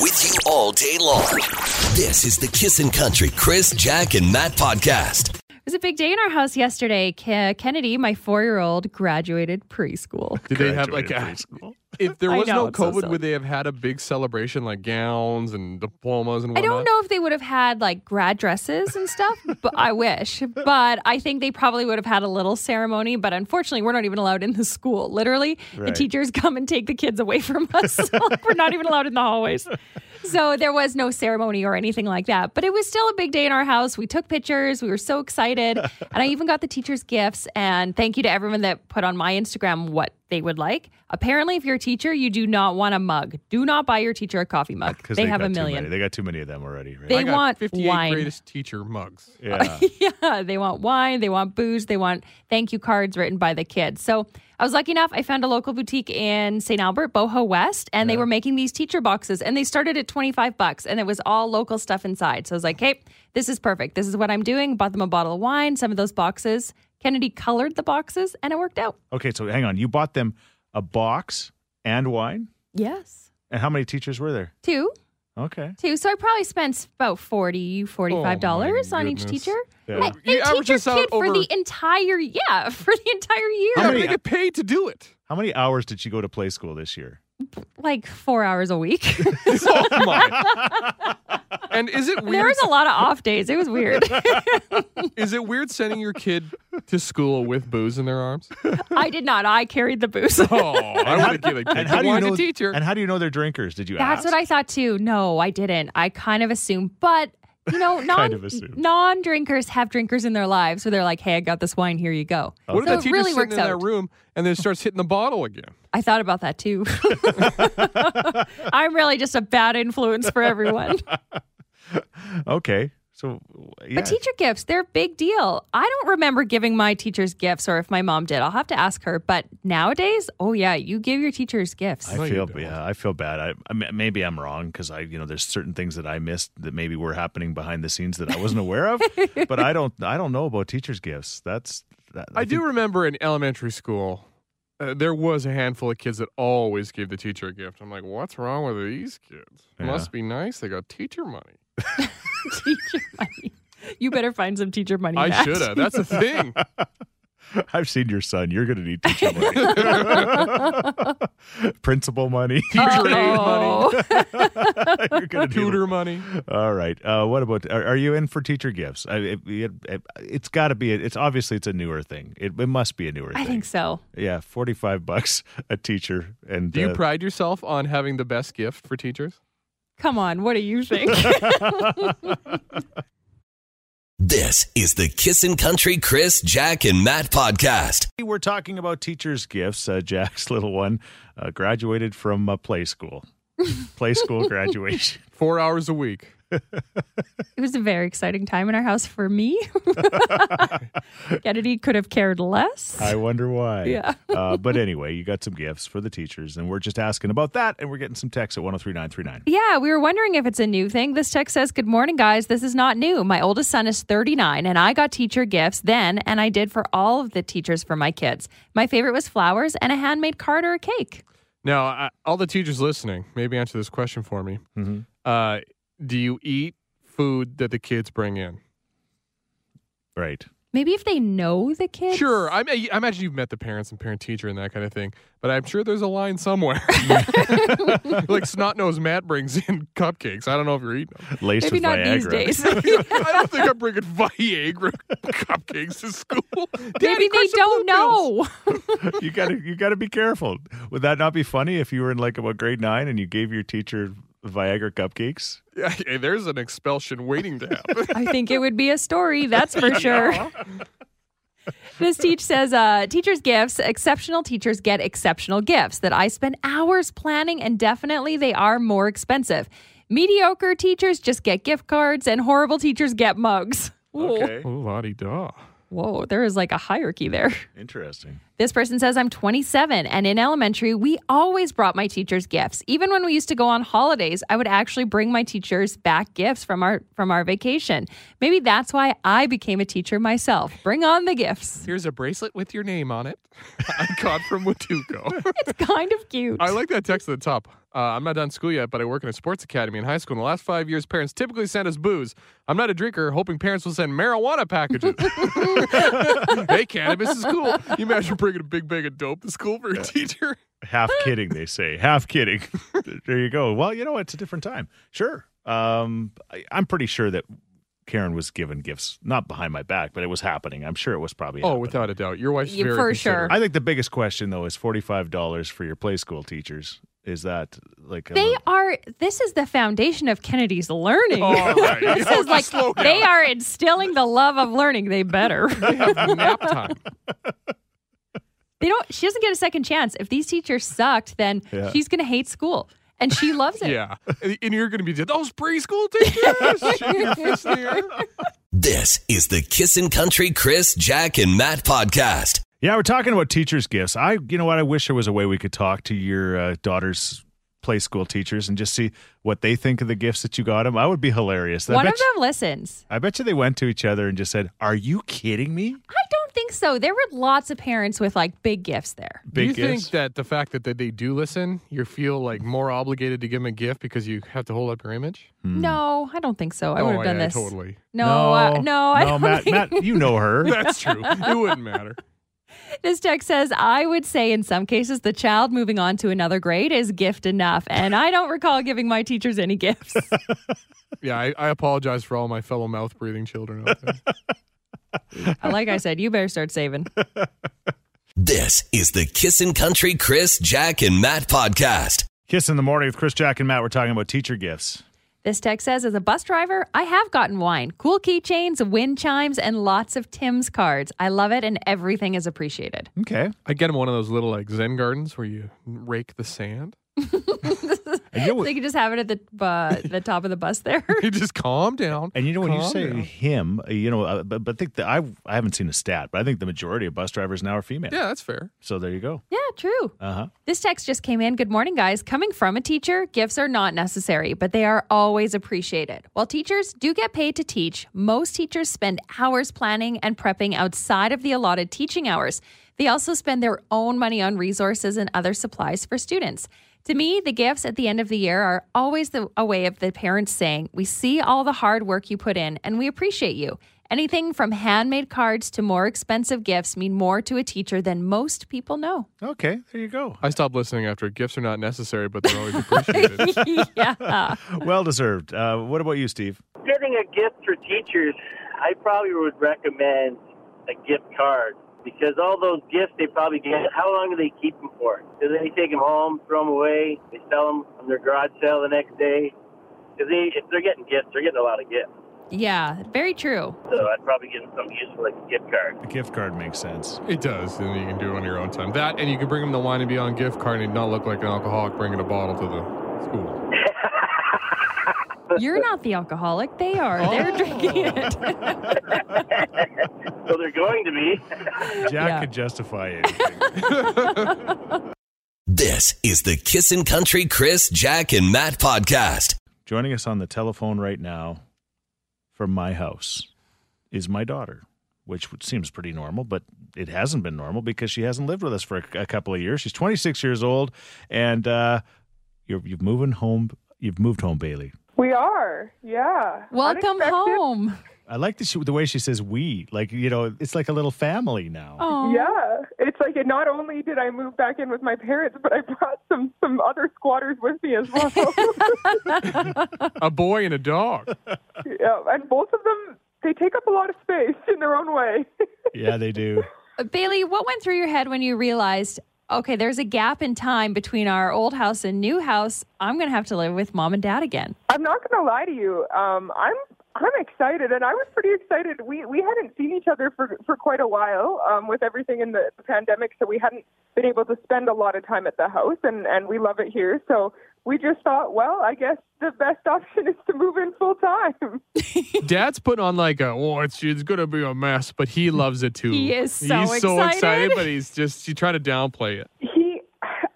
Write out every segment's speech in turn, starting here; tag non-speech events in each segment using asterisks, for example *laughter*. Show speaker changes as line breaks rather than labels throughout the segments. with you all day long. This is the Kissin' Country Chris, Jack, and Matt podcast.
It was a big day in our house yesterday. Ke- Kennedy, my four year old, graduated preschool.
Did they have like a,
*laughs* Graduated preschool.
*laughs* if there
I
was
know,
no
it's so
COVID,
silly.
would they have had a big celebration like gowns and diplomas and
I don't
whatnot?
know if they would have had like grad dresses and stuff, but I wish. But I think they probably would have had a little ceremony. But unfortunately, we're not even allowed in the school. Literally, the
Right.
teachers come and take the kids away from us. *laughs* Like, we're not even allowed in the hallways. So there was no ceremony or anything like that. But it was still a big day in our house. We took pictures. We were so excited. and I even got the teachers gifts. And thank you to everyone that put on my Instagram what they would like. Apparently, if you're a teacher, you do not want a mug. Do not buy your teacher a coffee mug.
*laughs* 'Cause
They, have
got
a
too
million.
many. They got too many of them already. Right?
They
I got
want
58
wine.
greatest teacher mugs.
*laughs*
yeah.
yeah, they want wine, they want booze, they want thank you cards written by the kids. So I was lucky enough, I found a local boutique in St. Albert, Boho West, and they were making these teacher boxes and they started at 25 bucks and it was all local stuff inside. So I was like, hey, this is perfect. This is what I'm doing. Bought them a bottle of wine, some of those boxes. Kennedy colored the boxes and it worked out.
*laughs* Okay, so hang on. You bought them a box and wine,
Yes.
and how many teachers were there?
Two,
Okay.
two. So I probably spent about 40 $45
Oh, my
on each
goodness.
teacher.
Yeah.
And I-
You
They
average
teach your
this out
kid for
over-
the entire, yeah, *laughs* for the entire year.
How
How
many
many-
they get paid to do it?
How many hours did she go to play school this year?
like four hours a
*laughs*
week.
oh my! And
*laughs*
is it
there
weird?
was a lot of off days. It was
*laughs*
weird.
Is it weird sending your kid to school with booze in their
*laughs*
arms?
I did not. I carried the booze.
Oh, I want
*laughs*
to give a kid
how
to
do you
wine
know?
to teacher.
And how do you know they're drinkers? Did
*laughs*
you
That's
ask?
what I thought too. No, I didn't. I kind of assumed, but you
*laughs*
know, non
Kind of assumed.
non drinkers have drinkers in their lives, so they're like, "Hey, I got this wine. Here you go."
Oh. What if
so
the
it
teacher
really
sitting
works
in
out.
that room and then starts hitting the bottle again?
I thought about that
*laughs*
too. *laughs* I'm really just a bad influence for
*laughs*
everyone.
Okay. So yeah.
But teacher gifts, they're a big deal. I don't remember giving my teachers gifts or if my mom did. I'll have to ask her. But nowadays, oh yeah, you give your teachers gifts.
I
No, you
feel
don't.
yeah, I feel bad. I, I m- maybe I'm wrong because I you know there's certain things that I missed that maybe were happening behind the scenes that I wasn't aware
*laughs*
of. but I don't I don't know about teachers' gifts. That's that,
I, do
think-
remember in elementary school, uh, there was a handful of kids that always gave the teacher a gift. I'm like, what's wrong with these kids?
Yeah.
Must be nice. They got teacher money.
teacher *laughs* money. You better find some teacher money.
I
Matt.
should have. That's the
*laughs*
thing.
I've seen your son. You're going to *laughs* need teacher money, *laughs* principal money.
Oh.
You're gonna need- *laughs*
Tutor money.
All right. Uh, what about? Are, are you in for teacher gifts? I, it, has got to be. It's obviously it's a newer thing. It, it must be a newer
*laughs* I
thing.
think so.
Yeah, forty five bucks a teacher, and
Do you
uh,
pride yourself on having the best gift for teachers?
Come on, what do
*laughs*
you think?
This is the Kissin' Country Chris, Jack, and Matt podcast.
we're talking about teachers' gifts. Uh, Jack's *laughs* little one uh, graduated from uh, play school. Play *laughs* school graduation.
Four hours a week.
it was a very exciting time in our house for
*laughs*
me. Kennedy could have cared less.
I wonder why.
Yeah.
uh, but anyway, you got some gifts for the teachers, and we're just asking about that, and we're getting some texts at one zero three nine three nine.
Yeah, we were wondering if it's a new thing. This text says, Good morning, guys. This is not new. My oldest son is 39, and I got teacher gifts then, and I did for all of the teachers for my kids. My favorite was flowers and a handmade card or a cake.
Now, I, all the teachers listening, maybe answer this question for me.
Mm-hmm.
Uh, do you eat food that the kids bring in?
Right.
Maybe if they know the kids.
Sure. I, ma- I imagine you've met the parents and parent teacher and that kind of thing, but I'm sure there's a
*laughs*
line somewhere. *laughs* like snot nosed Matt brings in cupcakes. I don't know if you're eating them.
Laced
Maybe
with
not
Viagra.
these days. *laughs*
*laughs* I don't think I'm bringing Viagra cupcakes to school.
*laughs* Maybe
Daddy,
they
crush the
don't
blue pills.
know.
*laughs* you gotta you gotta be careful. Would that not be funny if you were in like about grade nine and you gave your teacher Viagra cupcakes?
Yeah, hey, there's an expulsion waiting to
*laughs*
happen.
I think it would be a
*laughs*
story, that's for sure. This teach says, uh, teachers' gifts, exceptional teachers get exceptional gifts that I spend hours planning, and definitely they are more expensive. Mediocre teachers just get gift cards, and horrible teachers get mugs. Ooh.
oh, lottie da.
Whoa, there is like a hierarchy there.
Interesting.
This person says, I'm 27, and in elementary, we always brought my teachers gifts. Even when we used to go on holidays, I would actually bring my teachers back gifts from our from our vacation. Maybe that's why I became a teacher myself. Bring on the gifts.
Here's a bracelet with *laughs* your name on it. I got from Watuco. *laughs*
It's kind of cute.
*laughs*
I like that text at the top. Uh, I'm not done school yet, but I work in a sports academy in high school. In the last five years, parents typically send us booze. I'm not a drinker, hoping parents will send marijuana packages.
*laughs*
hey, cannabis is cool. You imagine bringing a big bag of dope to school for your teacher?
*laughs*
half kidding they say half kidding *laughs* there you go well you know it's a different time sure um I, i'm pretty sure that karen was given gifts not behind my back but it was happening i'm sure it was probably
Oh,
happening.
without a doubt. Your wife's
You-
very
for
considerate.
sure.
i think the biggest question though is $45 for your play school teachers is that like a
They
little-
are. This is the foundation of Kennedy's learning.
Oh, all
*laughs*
right.
this is like they are instilling the love of learning. They
*laughs*
better.
They have
*laughs*
nap time.
they don't. She doesn't get a second chance. If these teachers sucked, then
Yeah.
she's gonna hate school, and she loves it.
Yeah. And and you're going to be those
*laughs*
preschool teachers. Shooting your fist in the air.
This is the Kissin' Country Chris, Jack, and Matt podcast.
yeah we're talking about teachers gifts i you know what i wish there was a way we could talk to your uh, daughter's play school teachers and just see what they think of the gifts that you got them i would be hilarious I
One
bet
of
you-
them listens.
I bet you they went to each other and just said, "Are you kidding me?"
I don't think so. There were lots of parents with like big gifts there.
Do you
Big gifts.
think that the fact that, that they do listen, you feel like more obligated to give them a gift because you have to hold up your image?
No, I don't think so. I
oh,
would have done
yeah,
this.
Totally. *laughs*
No, uh, no, I don't
Matt,
think
Matt, you know
*laughs*
her.
That's true. It wouldn't matter.
this text says. I would say in some cases the child moving on to another grade is gift enough, and I don't recall giving my teachers any gifts.
Yeah, I, I apologize for all my fellow mouth breathing children out
*laughs*
there.
like I said, you better start saving.
This is the Kissin' Country Chris, Jack, and Matt podcast.
Kiss in the morning with Chris, Jack, and Matt. We're talking about teacher gifts.
This text says, as a bus driver, I have gotten wine, cool keychains, wind chimes, and lots of Tim's cards. I love it, and everything is appreciated.
Okay,
I get them one of those little like Zen gardens where you rake the sand. *laughs*
and you know,
So you
what-
can just have it at the uh, the top of the bus there.
You just calm down.
and you know when you
calm
say
down.
him, uh, you know, uh, but, but I think that I I haven't seen a stat, but I think the majority of bus drivers now are female.
yeah, that's fair.
So there you go.
yeah, true.
Uh huh.
This text just came in. Good morning, guys. Coming from a teacher, gifts are not necessary, but they are always appreciated. While teachers do get paid to teach, most teachers spend hours planning and prepping outside of the allotted teaching hours. They also spend their own money on resources and other supplies for students. To me, the gifts at the end of the year are always the, a way of the parents saying, We see all the hard work you put in and we appreciate you. Anything from handmade cards to more expensive gifts mean more to a teacher than most people know.
Okay, there you go.
I stopped listening after gifts are not necessary, but they're
*laughs*
always appreciated.
yeah.
Well deserved. Uh, what about you, Steve?
getting a gift for teachers, I probably would recommend a gift card because all those gifts they probably get, how long do they keep them for? Do they take them home, throw them away, they sell them on their garage sale the next day? Because they, if they're getting gifts, they're getting a lot of gifts.
Yeah, very true.
So I'd probably give them something useful like a gift card.
A gift card
*laughs*
makes sense.
it does, and you can do it on your own time. That, and you can bring them the wine and beyond gift card and not look like an alcoholic bringing a bottle to the school.
You're not the alcoholic. They are.
Oh.
They're drinking
*laughs*
it.
So they're going to be.
Jack
Yeah.
could justify it.
*laughs*
This is the Kissin' Country Chris, Jack, and Matt podcast.
Joining us on the telephone right now from my house is my daughter, which seems pretty normal, but it hasn't been normal because she hasn't lived with us for a, a couple of years. She's 26 years old, and uh, you're you've moving home. You've moved home, Bailey.
We are, yeah.
Welcome
Unexpected.
home.
I like the, she, the way she says "we." Like you know, it's like a little family now.
Oh,
*laughs* Yeah, it's like not only did I move back in with my parents, but I brought some some other squatters with me as well. *laughs*
A boy and a dog.
yeah, and both of them they take up a lot of space in their own way. *laughs*
Yeah, they do.
Bailey, what went through your head when you realized, okay, there's a gap in time between our old house and new house. I'm going to have to live with mom and dad again. *laughs*
I'm not going to lie to you. Um, I'm I'm excited, and I was pretty excited. We we hadn't seen each other for for quite a while um, with everything in the pandemic, so we hadn't been able to spend a lot of time at the house, and and we love it here. So we just thought, well, I guess the best *laughs* option is to move in full time.
Dad's putting on like a, oh, it's, it's going to be a mess, but he loves it too.
He is so
He's so
excited.
excited, but he's just, you try to downplay it.
He,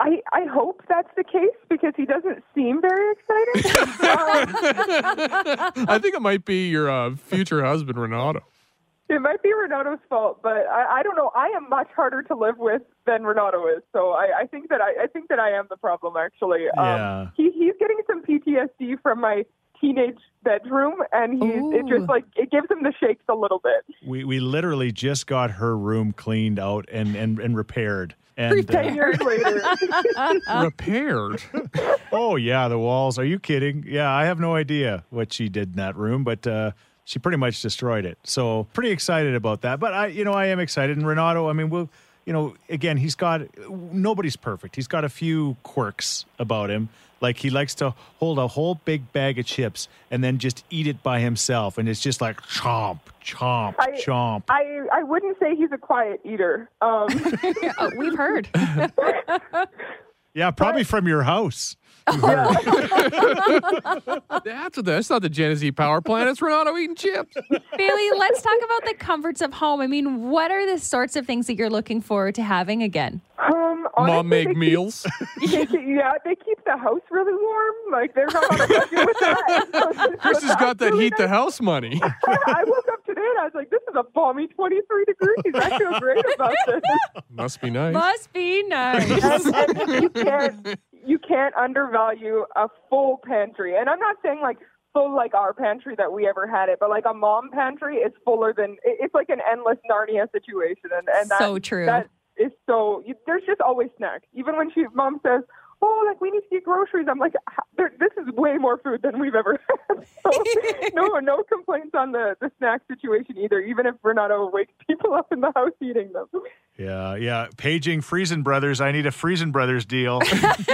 I, I hope that's the case because he doesn't seem very excited. *laughs* um,
I think it might be your uh, future husband, Renato.
it might be Renato's fault, but I, I don't know. I am much harder to live with than Renato is, so I, I think that I, I think that I am the problem. Actually, um,
Yeah.
he, he's getting some PTSD from my teenage bedroom, and he's it
Ooh.
just like it gives him the shakes a little bit.
We we literally just got her room cleaned out and and, and repaired. And
Ten years later,
Uh.
Repaired.
oh yeah, the walls. Are you kidding? Yeah, I have no idea what she did in that room, but uh, she pretty much destroyed it. So pretty excited about that. But I, you know, I am excited. And Renato, I mean, we'll. You know, again, he's got nobody's perfect. He's got a few quirks about him. Like he likes to hold a whole big bag of chips and then just eat it by himself, and it's just like chomp, chomp,
I-
chomp.
I I wouldn't say he's a quiet eater.
*laughs*
Um,
Oh, we've heard.
Yeah, probably from your
*laughs*
house. *laughs*
That's what that- that's not the Genesee power plant. It's Renato eating chips.
Bailey, let's talk about the comforts of home. I mean, what are the sorts of things that you're looking forward to having again?
um, honestly,
Mom make
*laughs*
they
meals.
keep- they keep- yeah, they keep the house really warm. Like they're not on a budget with that.
*laughs* Chris has got that heat the
*laughs*
house money.
I woke up today and I was like, this is a balmy 23 degrees. I feel great about this.
Must be nice.
Must be nice.
And, and you can't you can't undervalue a full pantry. And I'm not saying like full like our pantry that we ever had it, but like a mom pantry is fuller than it- it's like an endless Narnia situation. And *laughs* and that,
So true.
That is so. you- There's just always snacks. Even when she mom says. Oh, like we need to get groceries. I'm like, "H- there, this is way more food than we've ever had. *laughs* So, no, no complaints on the, the snack situation either. Even if Renato wakes people up in the house eating them.
Yeah, yeah. Paging Friesen Brothers. I need a Friesen Brothers deal. *laughs*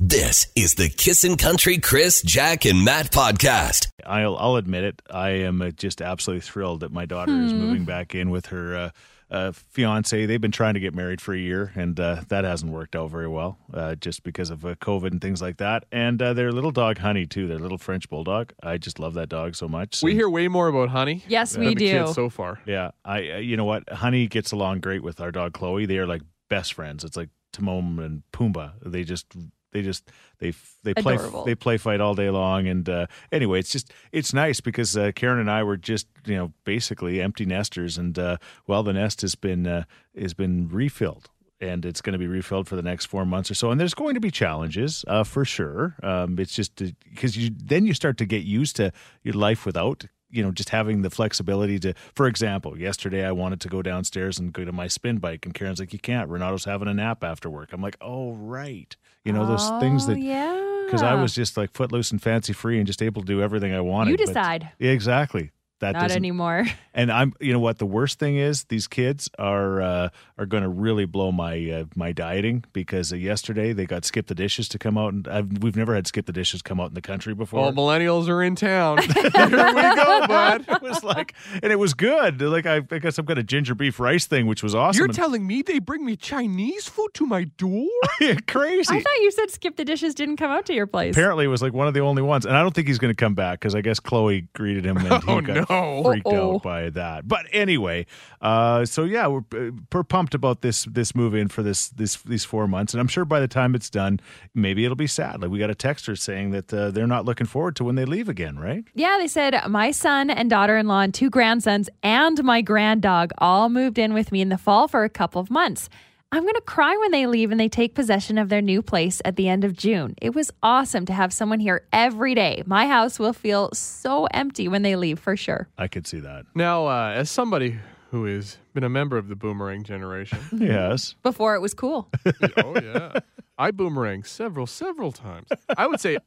This is the Kissin' Country Chris, Jack, and Matt podcast.
I'll, I'll admit it. I am uh, just absolutely thrilled that my daughter is moving back in with her uh, uh, fiance. They've been trying to get married for a year, and uh, that hasn't worked out very well, uh, just because of uh, COVID and things like that. And uh, their little dog, Honey, too. Their little French bulldog. I just love that dog so much.
We
And-
hear way more about honey.
Yes,
than
we
the
do.
Kids so far.
Yeah, I uh, you know what? Honey gets along great with our dog Chloe. They are like best friends. It's like Timon and Pumbaa. They just they just they f- they play
Adorable.
they play fight all day long. And uh, anyway, it's just it's nice because uh, Karen and I were just you know basically empty nesters, and uh, well, the nest has been uh, has been refilled. And it's going to be refilled for the next four months or so, and there's going to be challenges uh, for sure. Um, it's just because you then you start to get used to your life without you know just having the flexibility to for example yesterday i wanted to go downstairs and go to my spin bike and karen's like you can't renato's having a nap after work i'm like oh right you know those things
Oh,
that
yeah.
because i was just like footloose and fancy free and just able to do everything i wanted
You
but-
decide.
Yeah, exactly that
Not
doesn't
anymore.
and i'm you know what the worst thing is these kids are uh, are going to really blow my uh, my dieting because uh, yesterday they got skip the dishes to come out and I've, we've never had skip the dishes come out in the country before
All millennials are
*laughs*
in town. *laughs* Here we go, bud.
*laughs* it was like, and it was good. Like I, I got some kind of ginger beef rice thing, which was awesome.
You're telling me they bring me Chinese food to my door?
and *laughs*
*laughs*
crazy.
I thought you said skip the dishes didn't come out to your place.
Apparently, it was like one of the only ones, and I don't think he's going to come back because I guess Chloe greeted
*laughs*
him and he
Oh,
got
no.
freaked
Uh-oh.
out by that. But anyway, uh, so yeah, we're, uh, we're pumped about this this move in for this this these four months, and I'm sure by the time it's done, maybe it'll be sad. Like we got a texter saying that uh, they're not looking forward to when they leave again, right?
Yeah, they said my son and daughter in law and two grandsons and my grand dog all moved in with me in the fall for a couple of months. I'm going to cry when they leave and they take possession of their new place at the end of June. It was awesome to have someone here every day. My house will feel so empty when they leave for sure.
I could see that.
Now, uh, as somebody who has been a member of the boomerang generation,
Yes.
Before it was cool.
*laughs* oh yeah, I boomerang several, several times. I would say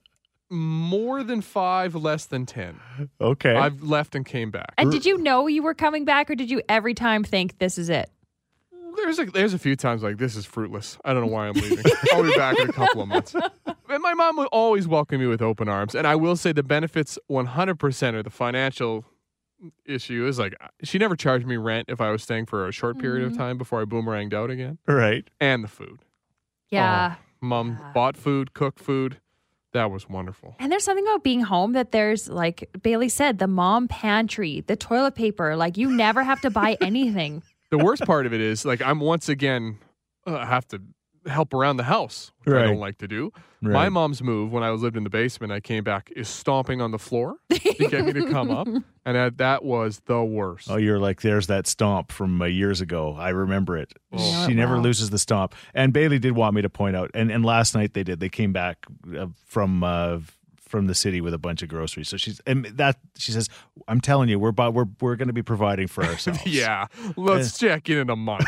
more than five, less than ten.
Okay.
I've left and came back.
And did you know you were coming back or did you every time think this is it?
There's a, there's a few times like this is fruitless. I don't know why
*laughs*
I'm leaving. I'll be back in a couple of months. And my mom would always welcome me with open arms. And I will say the benefits 100% are the financial issue is like uh, she never charged me rent if I was staying for a short period
Mm-hmm.
of time before I boomeranged out again.
right.
And the food.
Yeah.
Mom bought food, cooked food. That was wonderful.
And there's something about being home that there's like Bailey said, the mom pantry, the toilet paper, like you never have to buy anything.
The worst part of it is like I'm once again uh, have to help around the house, which I
Right.
don't like to do. My
Right.
mom's move when I was lived in the basement, I came back is stomping on the floor to get me to come up, and I, that was the worst. *laughs*
Oh, you're like, there's that stomp from uh, years ago. I remember it.
Oh.
She never
Wow.
loses the stomp. And Bailey did want me to point out, and, and last night they did. They came back uh, from uh, from the city with a bunch of groceries. So she's and that she says, "I'm telling you, we're bu- we're we're going to be
*laughs*
providing for ourselves."
yeah, let's
Eh.
check in in a
*laughs*
month.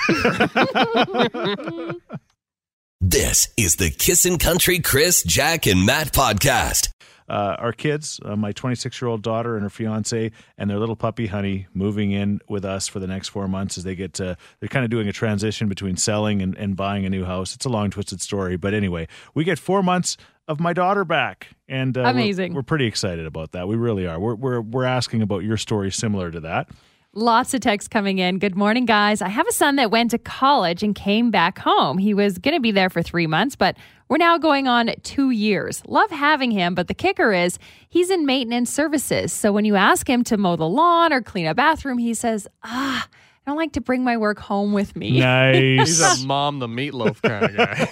This is the Kissin' Country Chris, Jack, and Matt podcast.
uh, our kids, uh, my 26 year old daughter and her fiance, and their little puppy Honey, moving in with us for the next four months as they get to, they're kind of doing a transition between selling and, and buying a new house. It's a long, twisted story. But anyway, we get four months of my daughter back. And uh, we're-
Amazing.
We're, pretty excited about that. We really are. We're, we're, we're asking about your story similar to that.
Lots of texts coming in. Good morning, guys. I have a son that went to college and came back home. He was going to be there for three months, but we're now going on two years. Love having him, but the kicker is he's in maintenance services. So when you ask him to mow the lawn or clean a bathroom, he says, ah, I don't like to bring my work home with me.
He's
Nice.
a mom the meatloaf kind of guy.
*laughs*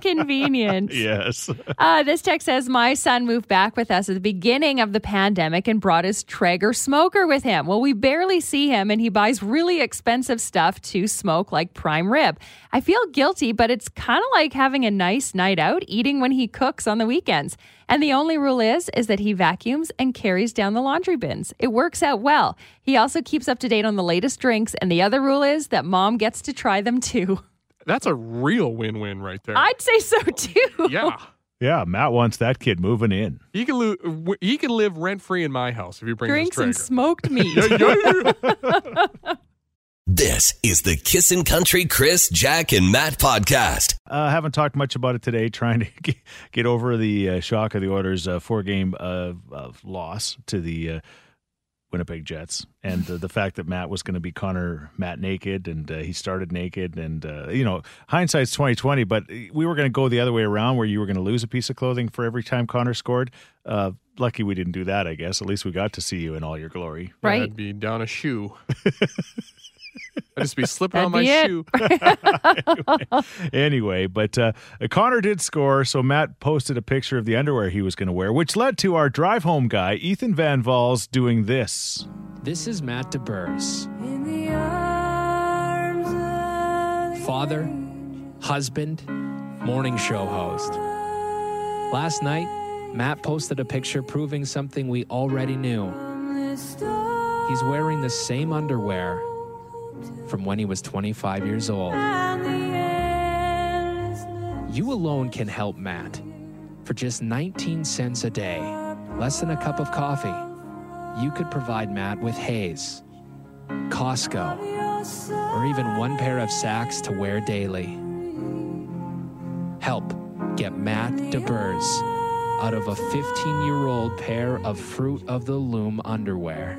so convenient.
*laughs* yes. *laughs*
Uh, this text says My son moved back with us at the beginning of the pandemic and brought his Traeger smoker with him. Well, we barely see him, and he buys really expensive stuff to smoke, like prime rib. I feel guilty, but it's kind of like having a nice night out, eating when he cooks on the weekends. And the only rule is is that he vacuums and carries down the laundry bins. It works out well. He also keeps up to date on the latest drinks, and the other rule is that mom gets to try them too.
That's a real win-win right there.
I'd say so too.
yeah,
Yeah. Matt wants that kid moving in.
he can lo- w- he can live rent-free in my house if you bring
Drinks and
his
smoked meat.
*laughs* Traeger.
This is the Kissin' Country Chris, Jack, and Matt podcast.
Uh, haven't talked much about it today. *laughs* Trying to get- get over the uh, shock of the Orders' uh, four-game uh, of loss to the uh, Winnipeg Jets, and the, the fact that Matt was going to be Connor Matt naked, and uh, he started naked, and uh, you know, hindsight's twenty twenty. But uh, we were going to go the other way around, where you were going to lose a piece of clothing for every time Connor scored. Uh, lucky we didn't do that. I guess at least we got to see you in all your glory.
Right.
I'd be down
*laughs*
a shoe. I'd just be slipping
That'd
on my
be it. *laughs*
shoe.
anyway, but uh, Connor did score, so Matt posted a picture of the underwear he was going to wear, which led to our drive home guy, Ethan Van Valls, doing this.
This is Matt DeBurs. Father, husband, morning show host. Last night, Matt posted a picture proving something we already knew. He's wearing the same underwear from when he was 25 years old. You alone can help Matt for just 19 cents a day, less than a cup of coffee you could provide Matt with Hayes, Costco, or even one pair of socks to wear daily. Help get Matt DeBurs out of a 15 year old pair of Fruit of the Loom underwear.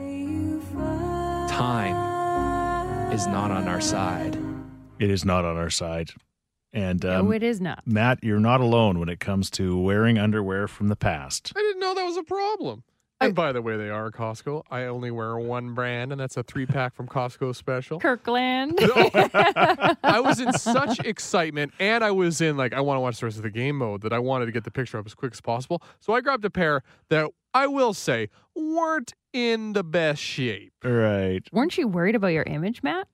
Time is not on our side.
It is not on our side. And
No,
um,
it is
*laughs*
not.
Matt, you're not alone when it comes to wearing underwear from the past.
I didn't know that was a problem. And by the way, they are Costco. I only wear one brand, and that's a three pack from Costco special. *laughs*
Kirkland.
No. I was in such excitement, and I was in like I want to watch the rest of the game mode that I wanted to get the picture up as quick as possible. So I grabbed a pair that I will say weren't in the best shape.
All right.
*laughs* Weren't you worried about your image, Matt?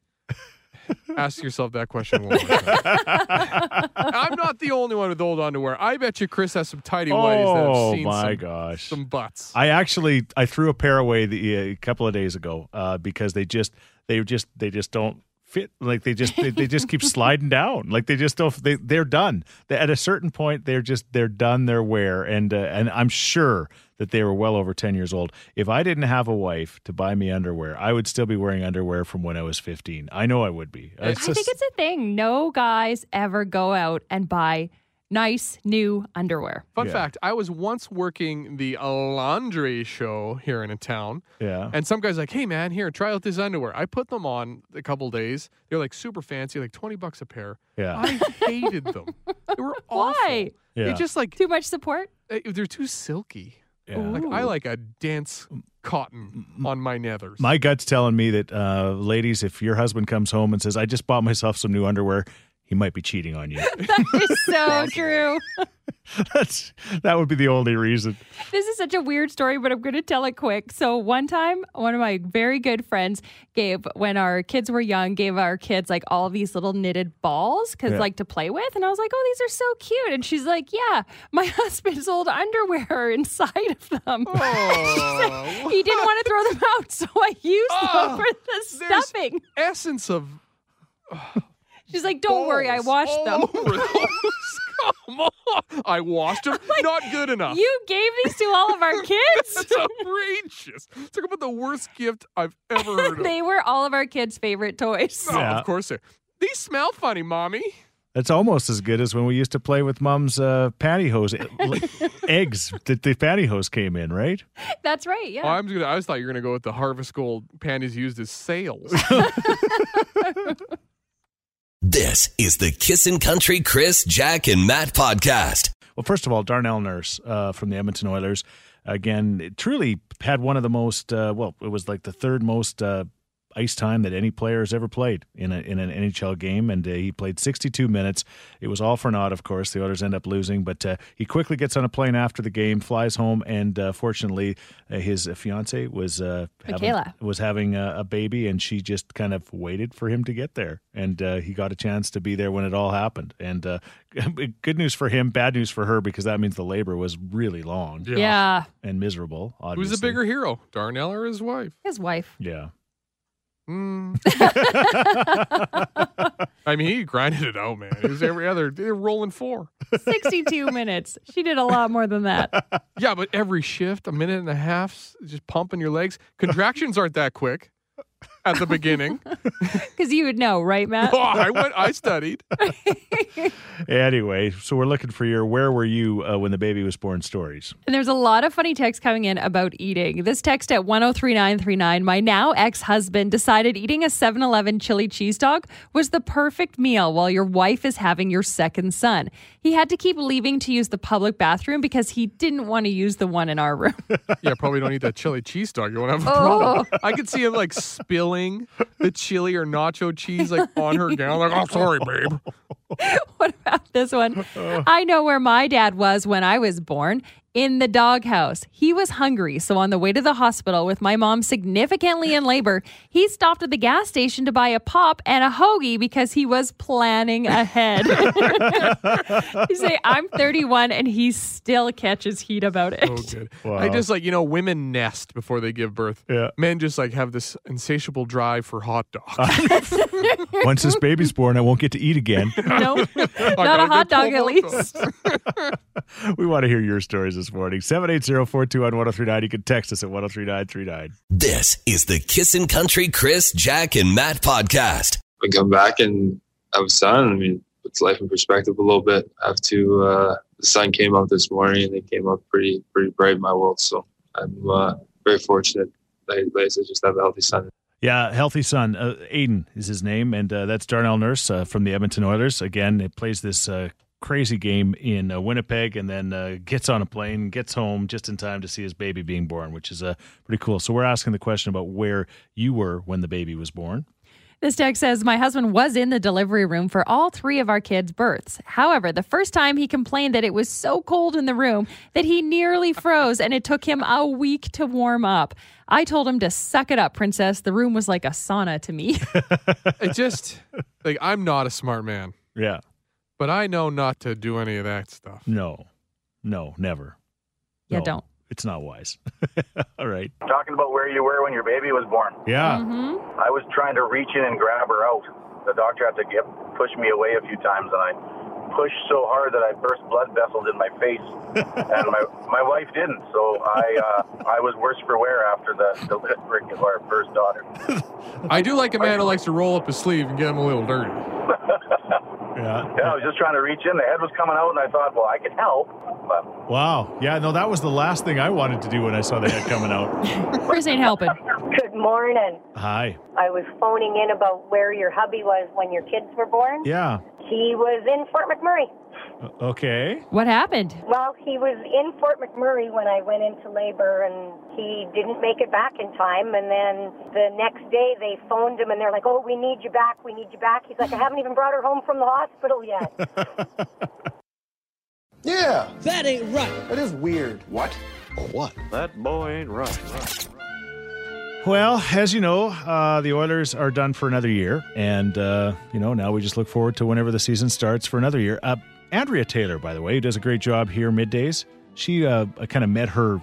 Ask yourself that question. One more time.
*laughs*
I'm not the only one with old underwear. I bet you Chris has some tidy whities that have
Oh,
seen
my
some,
gosh.
some butts.
I actually I threw a pair away the, a couple of days ago uh, because they just they just they just don't fit like they just they, they just
*laughs*
keep sliding down like they just don't they they're done they, at a certain point they're just they're done their wear and uh, and I'm sure that they were well over 10 years old if I didn't have a wife to buy me underwear I would still be wearing underwear from when I was 15 I know I would be It's
I think
just-
it's a thing. No guys ever go out and buy nice new underwear.
Fun
Yeah.
fact: I was once working the laundry show here in a town,
yeah
and some guys like, "Hey man, here, try out this underwear." I put them on a couple days. They're like super fancy, like twenty bucks a pair.
yeah
I hated them. They were awful.
Why?
yeah
They just like
Too much support?
eh, they're too silky.
yeah.
Like I like a dense cotton on my nethers.
My gut's telling me that, uh, ladies, if your husband comes home and says, "I just bought myself some new underwear," he might be cheating on you.
It's so true.
That's that would be the only reason.
This is such a weird story, but I'm going to tell it quick. So one time, one of my very good friends gave, when our kids were young, gave our kids like all these little knitted balls because
Yeah.
like to play with, and I was like, "Oh, these are so cute!" And she's like, "Yeah, my *laughs* husband's old underwear are inside of them."
Oh.
he didn't want to throw them out, so I used
Oh,
them for the
there's
stuffing.
*laughs* Essence of
She's like, "Don't worry, I
balls
washed
all
them."
over those. *laughs* Come on. I washed them. Not good enough.
You gave these to all of
*laughs*
our kids.
That's outrageous. Talk about the worst gift I've
*laughs*
ever heard of.
they were all of our kids' favorite toys.
Oh,
Yeah.
Of course they These smell funny, mommy.
That's almost as good as when we used to play with mom's uh, pantyhose e- eggs that the pantyhose came in, right?
*laughs* That's right. Yeah.
Oh, I'm gonna, I was thought you were going to go with the harvest gold panties used as sails.
This is the Kissin' Country Chris, Jack, and Matt podcast.
Well, first of all, Darnell Nurse uh, from the Edmonton Oilers, again, it truly had one of the most, uh, well, it was like the third most uh, ice time that any player has ever played in, a, in an NHL game. And uh, he played 62 minutes. It was all for naught, of course. The Oilers end up losing, but uh, he quickly gets on a plane after the game, flies home, and uh, fortunately, uh, his uh, fiance was uh,
Michaela.
was having a, a baby, and she just kind of waited for him to get there, and uh, he got a chance to be there when it all happened. And uh, *laughs* good news for him, bad news for her because that means the labor was really long
yeah.
and miserable. Obviously.
Who's the bigger hero, Darnell or his wife?
His wife.
Yeah,
Mm. I mean, he *laughs* grinded it out, man. It was every other. They're rolling four.
62 minutes. She did a lot more than
*laughs*
that.
Yeah, but every shift, a minute and a half, s- just pumping
*laughs*
your legs. Contractions aren't that quick at
*laughs*
the beginning.
Because you would know, right, Matt?
Oh, I went. I studied.
Anyway, so we're looking for your "Where were you uh, when the baby was born?" stories.
And there's a lot of funny texts coming in about eating. This text at 103939 My now ex husband decided eating a 7 Eleven chili cheese dog was the perfect meal while your wife is having your second son. He had to keep leaving to use the public bathroom because he didn't want to use the one in our room.
Yeah, probably don't eat that chili cheese dog. You won't
Oh.
have a problem. I could see him like spilling the chili or nacho cheese like on her gown. Like, oh, sorry,
*laughs*
babe.
what about this one? I know where my dad was when I was born in the doghouse. He was hungry, so on the way to the hospital with my mom significantly in labor, he stopped at the gas station to buy a pop and a hoagie because he was planning ahead. *laughs* you say, I'm 31 and he still catches heat about it.
Oh, good.
Wow.
I just like you know, women nest before they give birth.
Yeah.
Men just like have this insatiable drive for hot
*laughs*
*laughs* dogs.
Once this
*laughs*
baby's born, I won't get to eat again.
*laughs*
*laughs*
No, not
gotta
a hot
get
dog
pulled
at
over.
least.
we want to hear your stories this morning. 780-421-1039. You can text us at 103939.
This is the Kissin' Country Chris, Jack, and Matt podcast.
I come back and have a son. I mean, puts life in perspective a little bit. I have to. Uh, the sun came up this morning, and it came up pretty pretty bright in my world. So I'm uh, very fortunate. Like, like I said, just have a healthy son
Yeah, healthy son. Uh, Aiden is his name, and uh, that's Darnell Nurse uh, from the Edmonton Oilers. Again, it plays this uh, crazy game in uh, Winnipeg, and then uh, gets on a plane, gets home just in time to see his baby being born, which is uh, pretty cool. So we're asking the question about where you were when the baby was born.
This text says My husband was in the delivery room for all three of our kids' births. However, the first time he complained that it was so cold in the room that he nearly froze and it took him a week to warm up. I told him to suck it up, princess. The room was like a sauna to
*laughs*
me.
it just like I'm not a smart man,
Yeah,
but I know not to do any of that stuff.
no, no, never.
Yeah,
No,
don't.
It's not wise. *laughs* All right.
*laughs* talking about where you were when your baby was born.
Yeah.
hmm
I was trying to reach in and grab her out. The doctor had to get, push me away a few times, and I pushed so hard that I burst blood vessels in my face, and my my wife didn't. So I uh, I was worse for wear after the delivery of our first daughter.
I do like a man who likes to roll up his sleeve and get him a little dirty.
Yeah.
Mm-hmm.
Yeah, I was just trying to reach in. The head was coming out, and I thought, well, I can help, but
Wow. Yeah. No, that was the last thing I wanted to do when I saw the head coming out.
Chris ain't helping.
Good morning.
*laughs* Hi.
I was phoning in about where your hubby was when your kids were born.
Yeah.
He was in Fort McMurray.
Okay.
What happened?
Well, he was in Fort McMurray when I went into labor, and he didn't make it back in time. And then the next day, they phoned him, and they're like, "Oh, we need you back. We need you back." He's like, "I haven't even brought her home from the hospital yet."
Yeah,
That ain't right.
that is weird. What?
What?
That boy ain't right.
Well, as you know, uh, the Oilers are done for another year, and uh, you know now we just look forward to whenever the season starts for another year. Uh, Andrea Taylor, by the way, who does a great job here middays. She uh, kind of met her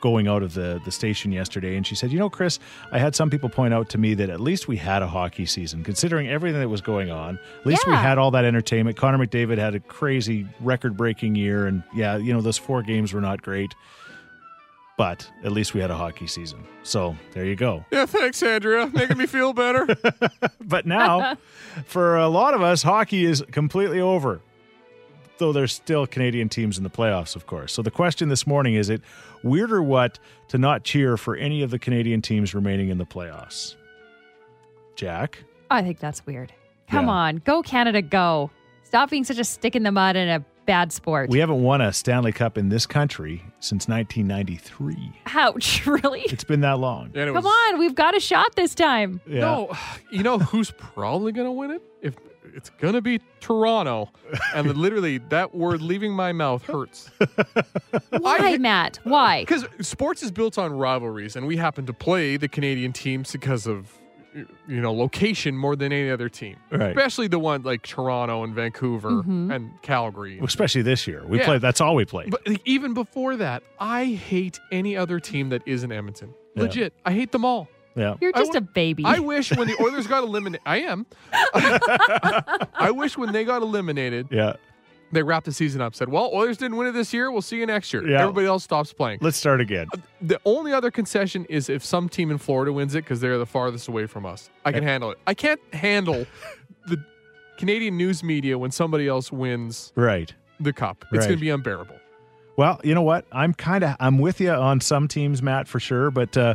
going out of the the station yesterday, and she said, "You know, Chris, I had some people point out to me that at least we had a hockey season, considering everything that was going on. At least we
Yeah.
had all that entertainment. Connor McDavid had a crazy record breaking year, and yeah, you know those four games were not great." But at least we had a hockey season. So there you go.
Yeah, thanks, Andrea. Making me feel *laughs* better.
*laughs* But now, for a lot of us, hockey is completely over. Though there's still Canadian teams in the playoffs, of course. So the question this morning is it weird or what to not cheer for any of the Canadian teams remaining in the playoffs? Jack?
I think that's weird. Come
Yeah.
on, go Canada, go! Stop being such a stick in the mud and a bad sport.
We haven't won a Stanley Cup in this country since 1993.
Ouch! *laughs* Really?
It's been
*laughs*
that long.
And it
Come
was-
on, we've got a shot this
*laughs*
time.
Yeah.
No, you know who's probably going to win it? If it's going to be Toronto, and *laughs* literally that word leaving my mouth hurts.
Why, Matt?
*laughs*
Why?
Because sports is built on rivalries, and we happen to play the Canadian teams because of y- you know location more than any other team,
Right.
especially the one like Toronto and Vancouver
Mm-hmm.
and Calgary.
Especially this year. We
Yeah.
played, that's all we played.
But like, even before that, I hate any other team that isn't Edmonton.
Yeah.
Legit, I hate them all.
yeah.
You're
I
just
wa-
a baby.
I wish when the Oilers got eliminated, I am. *laughs* I wish when they got eliminated,
Yeah.
they wrapped the season up. Said, "Well, Oilers didn't win it this year. We'll see you next year."
Yeah.
Everybody else stops playing.
Let's
*laughs*
start again.
The only other concession is if some team in Florida wins it because they're the farthest away from us. I can handle it. I can't handle the Canadian news media when somebody else wins
Right.
the cup. It's
Right.
going to be unbearable.
Well, you know what? I'm kind of I'm with you on some teams, Matt, for sure. But uh,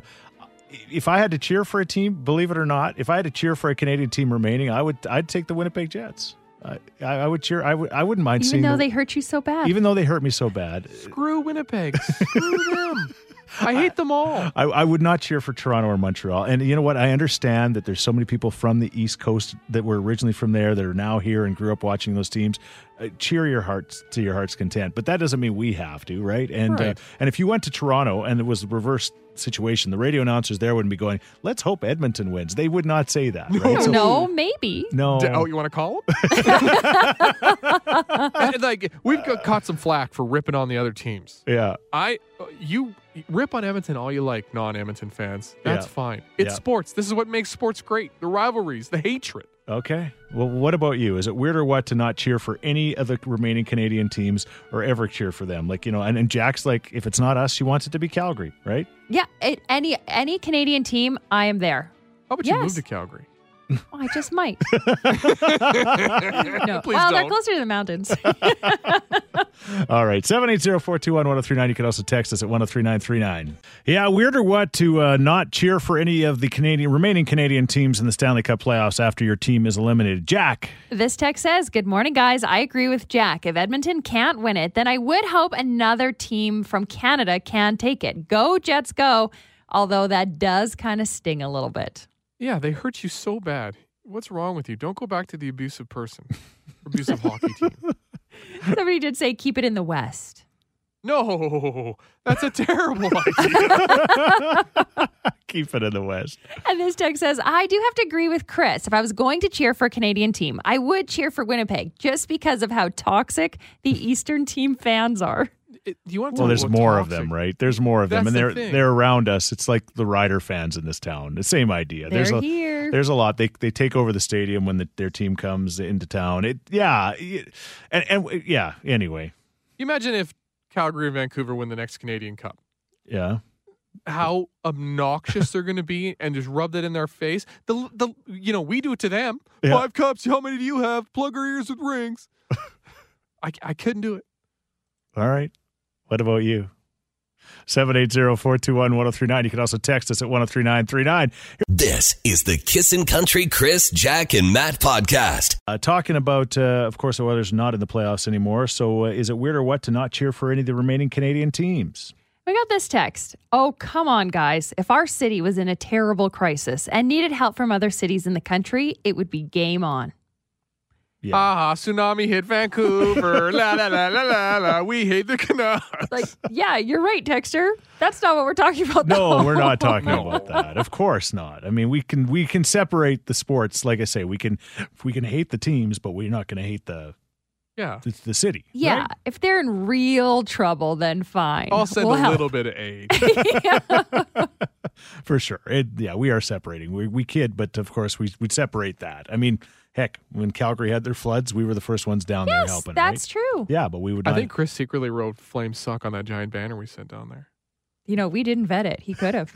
if I had to cheer for a team, believe it or not, if I had to cheer for a Canadian team remaining, I would I'd take the Winnipeg Jets. I, I I would cheer. I would I wouldn't mind
even
seeing
though
them-
they hurt you so bad.
even though they hurt me so bad.
Screw Winnipeg.
*laughs*
Screw them. I hate them all.
I, I would not cheer for Toronto or Montreal. And you know what? I understand that there's so many people from the East Coast that were originally from there that are now here and grew up watching those teams. Uh, cheer your hearts to your heart's content, but that doesn't mean we have to, right? And
Right.
Uh, and if you went to Toronto and it was the reverse situation, the radio announcers there wouldn't be going, "Let's hope Edmonton wins." They would not say that,
I
right?
don't know, maybe.
No.
D- Oh, you want to call
*laughs*
them? like we've got, caught some flack for ripping on the other teams.
yeah.
I you rip on Edmonton all you like, non-Edmonton fans. That's
Yeah.
fine. It's
Yeah.
sports. This is what makes sports great: the rivalries, the hatred.
Okay. Well, what about you? Is it weird or what to not cheer for any of the remaining Canadian teams or ever cheer for them? Like, you know, and, and Jack's like, if it's not us, she wants it to be Calgary, right?
Yeah, it, any any Canadian team, I am there.
How about you move
Yes.
to Calgary?
Oh, I just might.
*laughs*
no.
Please
well, they're
don't.
closer to the mountains. *laughs*
All right, 780-421-1039. You can also text us at 103939. Yeah, weird or what to uh, not cheer for any of the Canadian remaining Canadian teams in the Stanley Cup playoffs after your team is eliminated. Jack.
This text says, Good morning, guys. I agree with Jack. If Edmonton can't win it, then I would hope another team from Canada can take it. Go, Jets, go. Although that does kind of sting a little bit. *laughs*
Yeah, they hurt you so bad. What's wrong with you? Don't go back to the abusive person, abusive hockey
*laughs*
team.
Somebody did say, Keep it in the West.
No, that's a terrible idea.
*laughs* Keep it in the West.
And this text says, I do have to agree with Chris. If I was going to cheer for a Canadian team, I would cheer for Winnipeg just because of how toxic the Eastern team fans are.
It- you want to
Well,
talk
there's
about
more of
toxic.
them, right? There's more of them,
That's
and
the
they're
thing.
they're around us. It's like the Rider fans in this town. The same idea. There's
They're
a
here.
there's a lot. They they take over the stadium when the, their team comes into town. It yeah, it- and and yeah. Anyway,
You imagine if Calgary and Vancouver win the next Canadian Cup.
yeah.
how obnoxious they're going to be and just rub that in their face. The the you know we do it to them.
Yeah.
Five cups. How many do you have? Plug our ears with
*laughs*
rings. I, I couldn't do it.
All right. What about you? 780-421-1039. You can also text us at 103939.
This is the Kissin' Country Chris, Jack, and Matt podcast.
Uh, talking about, uh, of course, the weather's not in the playoffs anymore. So uh, is it weird or what to not cheer for any of the remaining Canadian teams?
We got this text. Oh, come on, guys. If our city was in a terrible crisis and needed help from other cities in the country, it would be game on.
Yeah.
Aha, Ah, tsunami hit Vancouver. *laughs* la la la la la la. We hate the Canucks.
*laughs*
Like, yeah, you're right, Texter. That's not what we're talking about. *laughs*
No,
though.
we're not talking about that. Of course not. I mean, we can we can separate the sports. Like I say, we can we can hate the teams, but we're not going to hate the,
Yeah.
the the city.
Yeah,
right?
if they're in real trouble, then fine.
I'll send
We'll
a
help.
little bit of aid.
for sure. It, yeah, we are separating. We we kid, but of course we we separate that. I mean, heck, when Calgary had their floods, we were the first ones down there
Yes,
helping.
that's
right?
true.
Yeah, but we would.
I
Not,
think Chris secretly wrote "Flames suck" on that giant banner we sent down there.
You know, we didn't vet it. He could have.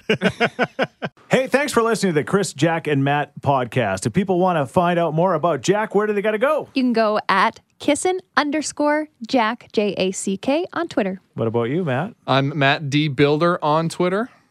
Hey, thanks for listening to the Chris, Jack, and Matt podcast. If people want to find out more about Jack, where do they got to go?
You can go at kissin underscore Jack, J A C K, on Twitter.
What about you, Matt?
I'm Matt D Builder on Twitter.